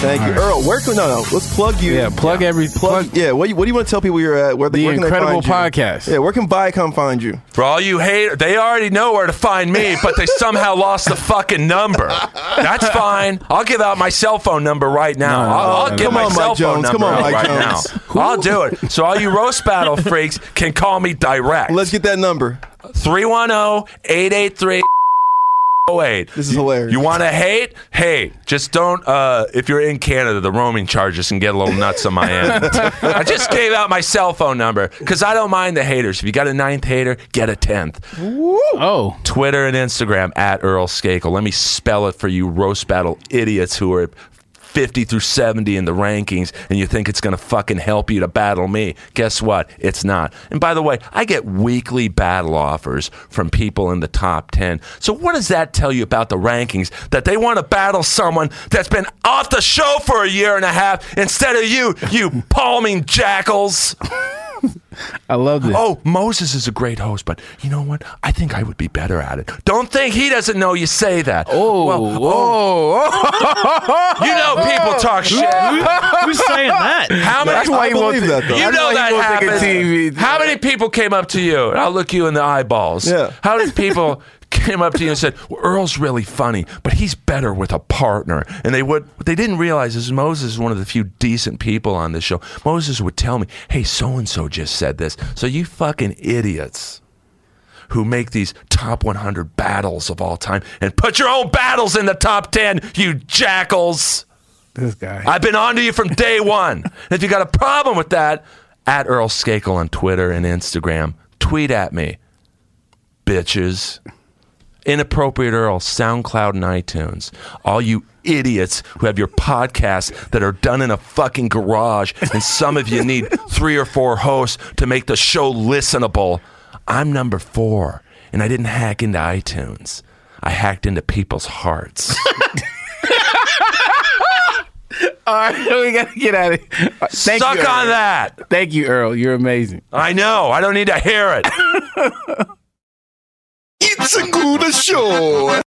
Thank you, Earl. Where can no no? Let's plug you. Yeah, plug every plug. Yeah, what, do you- what do you want to tell people you're at? Where, The where can they Incredible find you? Yeah, where can Viacom find you? For all you hate, they already know where to find me, but they somehow lost the fucking number. That's fine. I'll give out my cell phone number right now. No, no, I'll, I'll no, give no. my Come on, Mike cell phone Jones. number Come on, out Mike right Jones. now. I'll do it. So all you roast battle freaks can call me direct. Let's get that number. 310-883 08. This is hilarious. You want to hate? Hate. Just don't. Uh, if you're in Canada, the roaming charges can get a little nuts on my end. I just gave out my cell phone number because I don't mind the haters. If you got a ninth hater, get a tenth. Oh. Twitter and Instagram at Earl Skakel. Let me spell it for you, roast battle idiots who are. 50 through 70 in the rankings, and you think it's going to fucking help you to battle me. Guess what? It's not. And by the way, I get weekly battle offers from people in the top 10. So, what does that tell you about the rankings? That they want to battle someone that's been off the show for a year and a half instead of you, you palming jackals. I love this. Oh, Moses is a great host, but you know what? I think I would be better at it. Don't think he doesn't know you say that. Oh, oh, you know people talk shit. Who's saying that? How many? That's why he I won't- believe that, though. You That's know why he that won't take a happens. TV. How many people came up to you? And I'll look you in the eyeballs. Yeah. How many people? Came up to you and said, well, "Earl's really funny, but he's better with a partner." And they would, what they didn't realize is Moses is one of the few decent people on this show. Moses would tell me, "Hey, so and so just said this," so you fucking idiots who make these top 100 battles of all time and put your own battles in the top 10, you jackals. This guy. I've been on to you from day one. And if you got a problem with that, at Earl Skakel on Twitter and Instagram, tweet at me, bitches. Inappropriate Earl, SoundCloud and iTunes. All you idiots who have your podcasts that are done in a fucking garage, and some of you need three or four hosts to make the show listenable. I'm number four, and I didn't hack into iTunes. I hacked into people's hearts. All right, we gotta get out of here. Thank Suck you, Earl. on that. Thank you, Earl. You're amazing. I know. I don't need to hear it. It's a good show.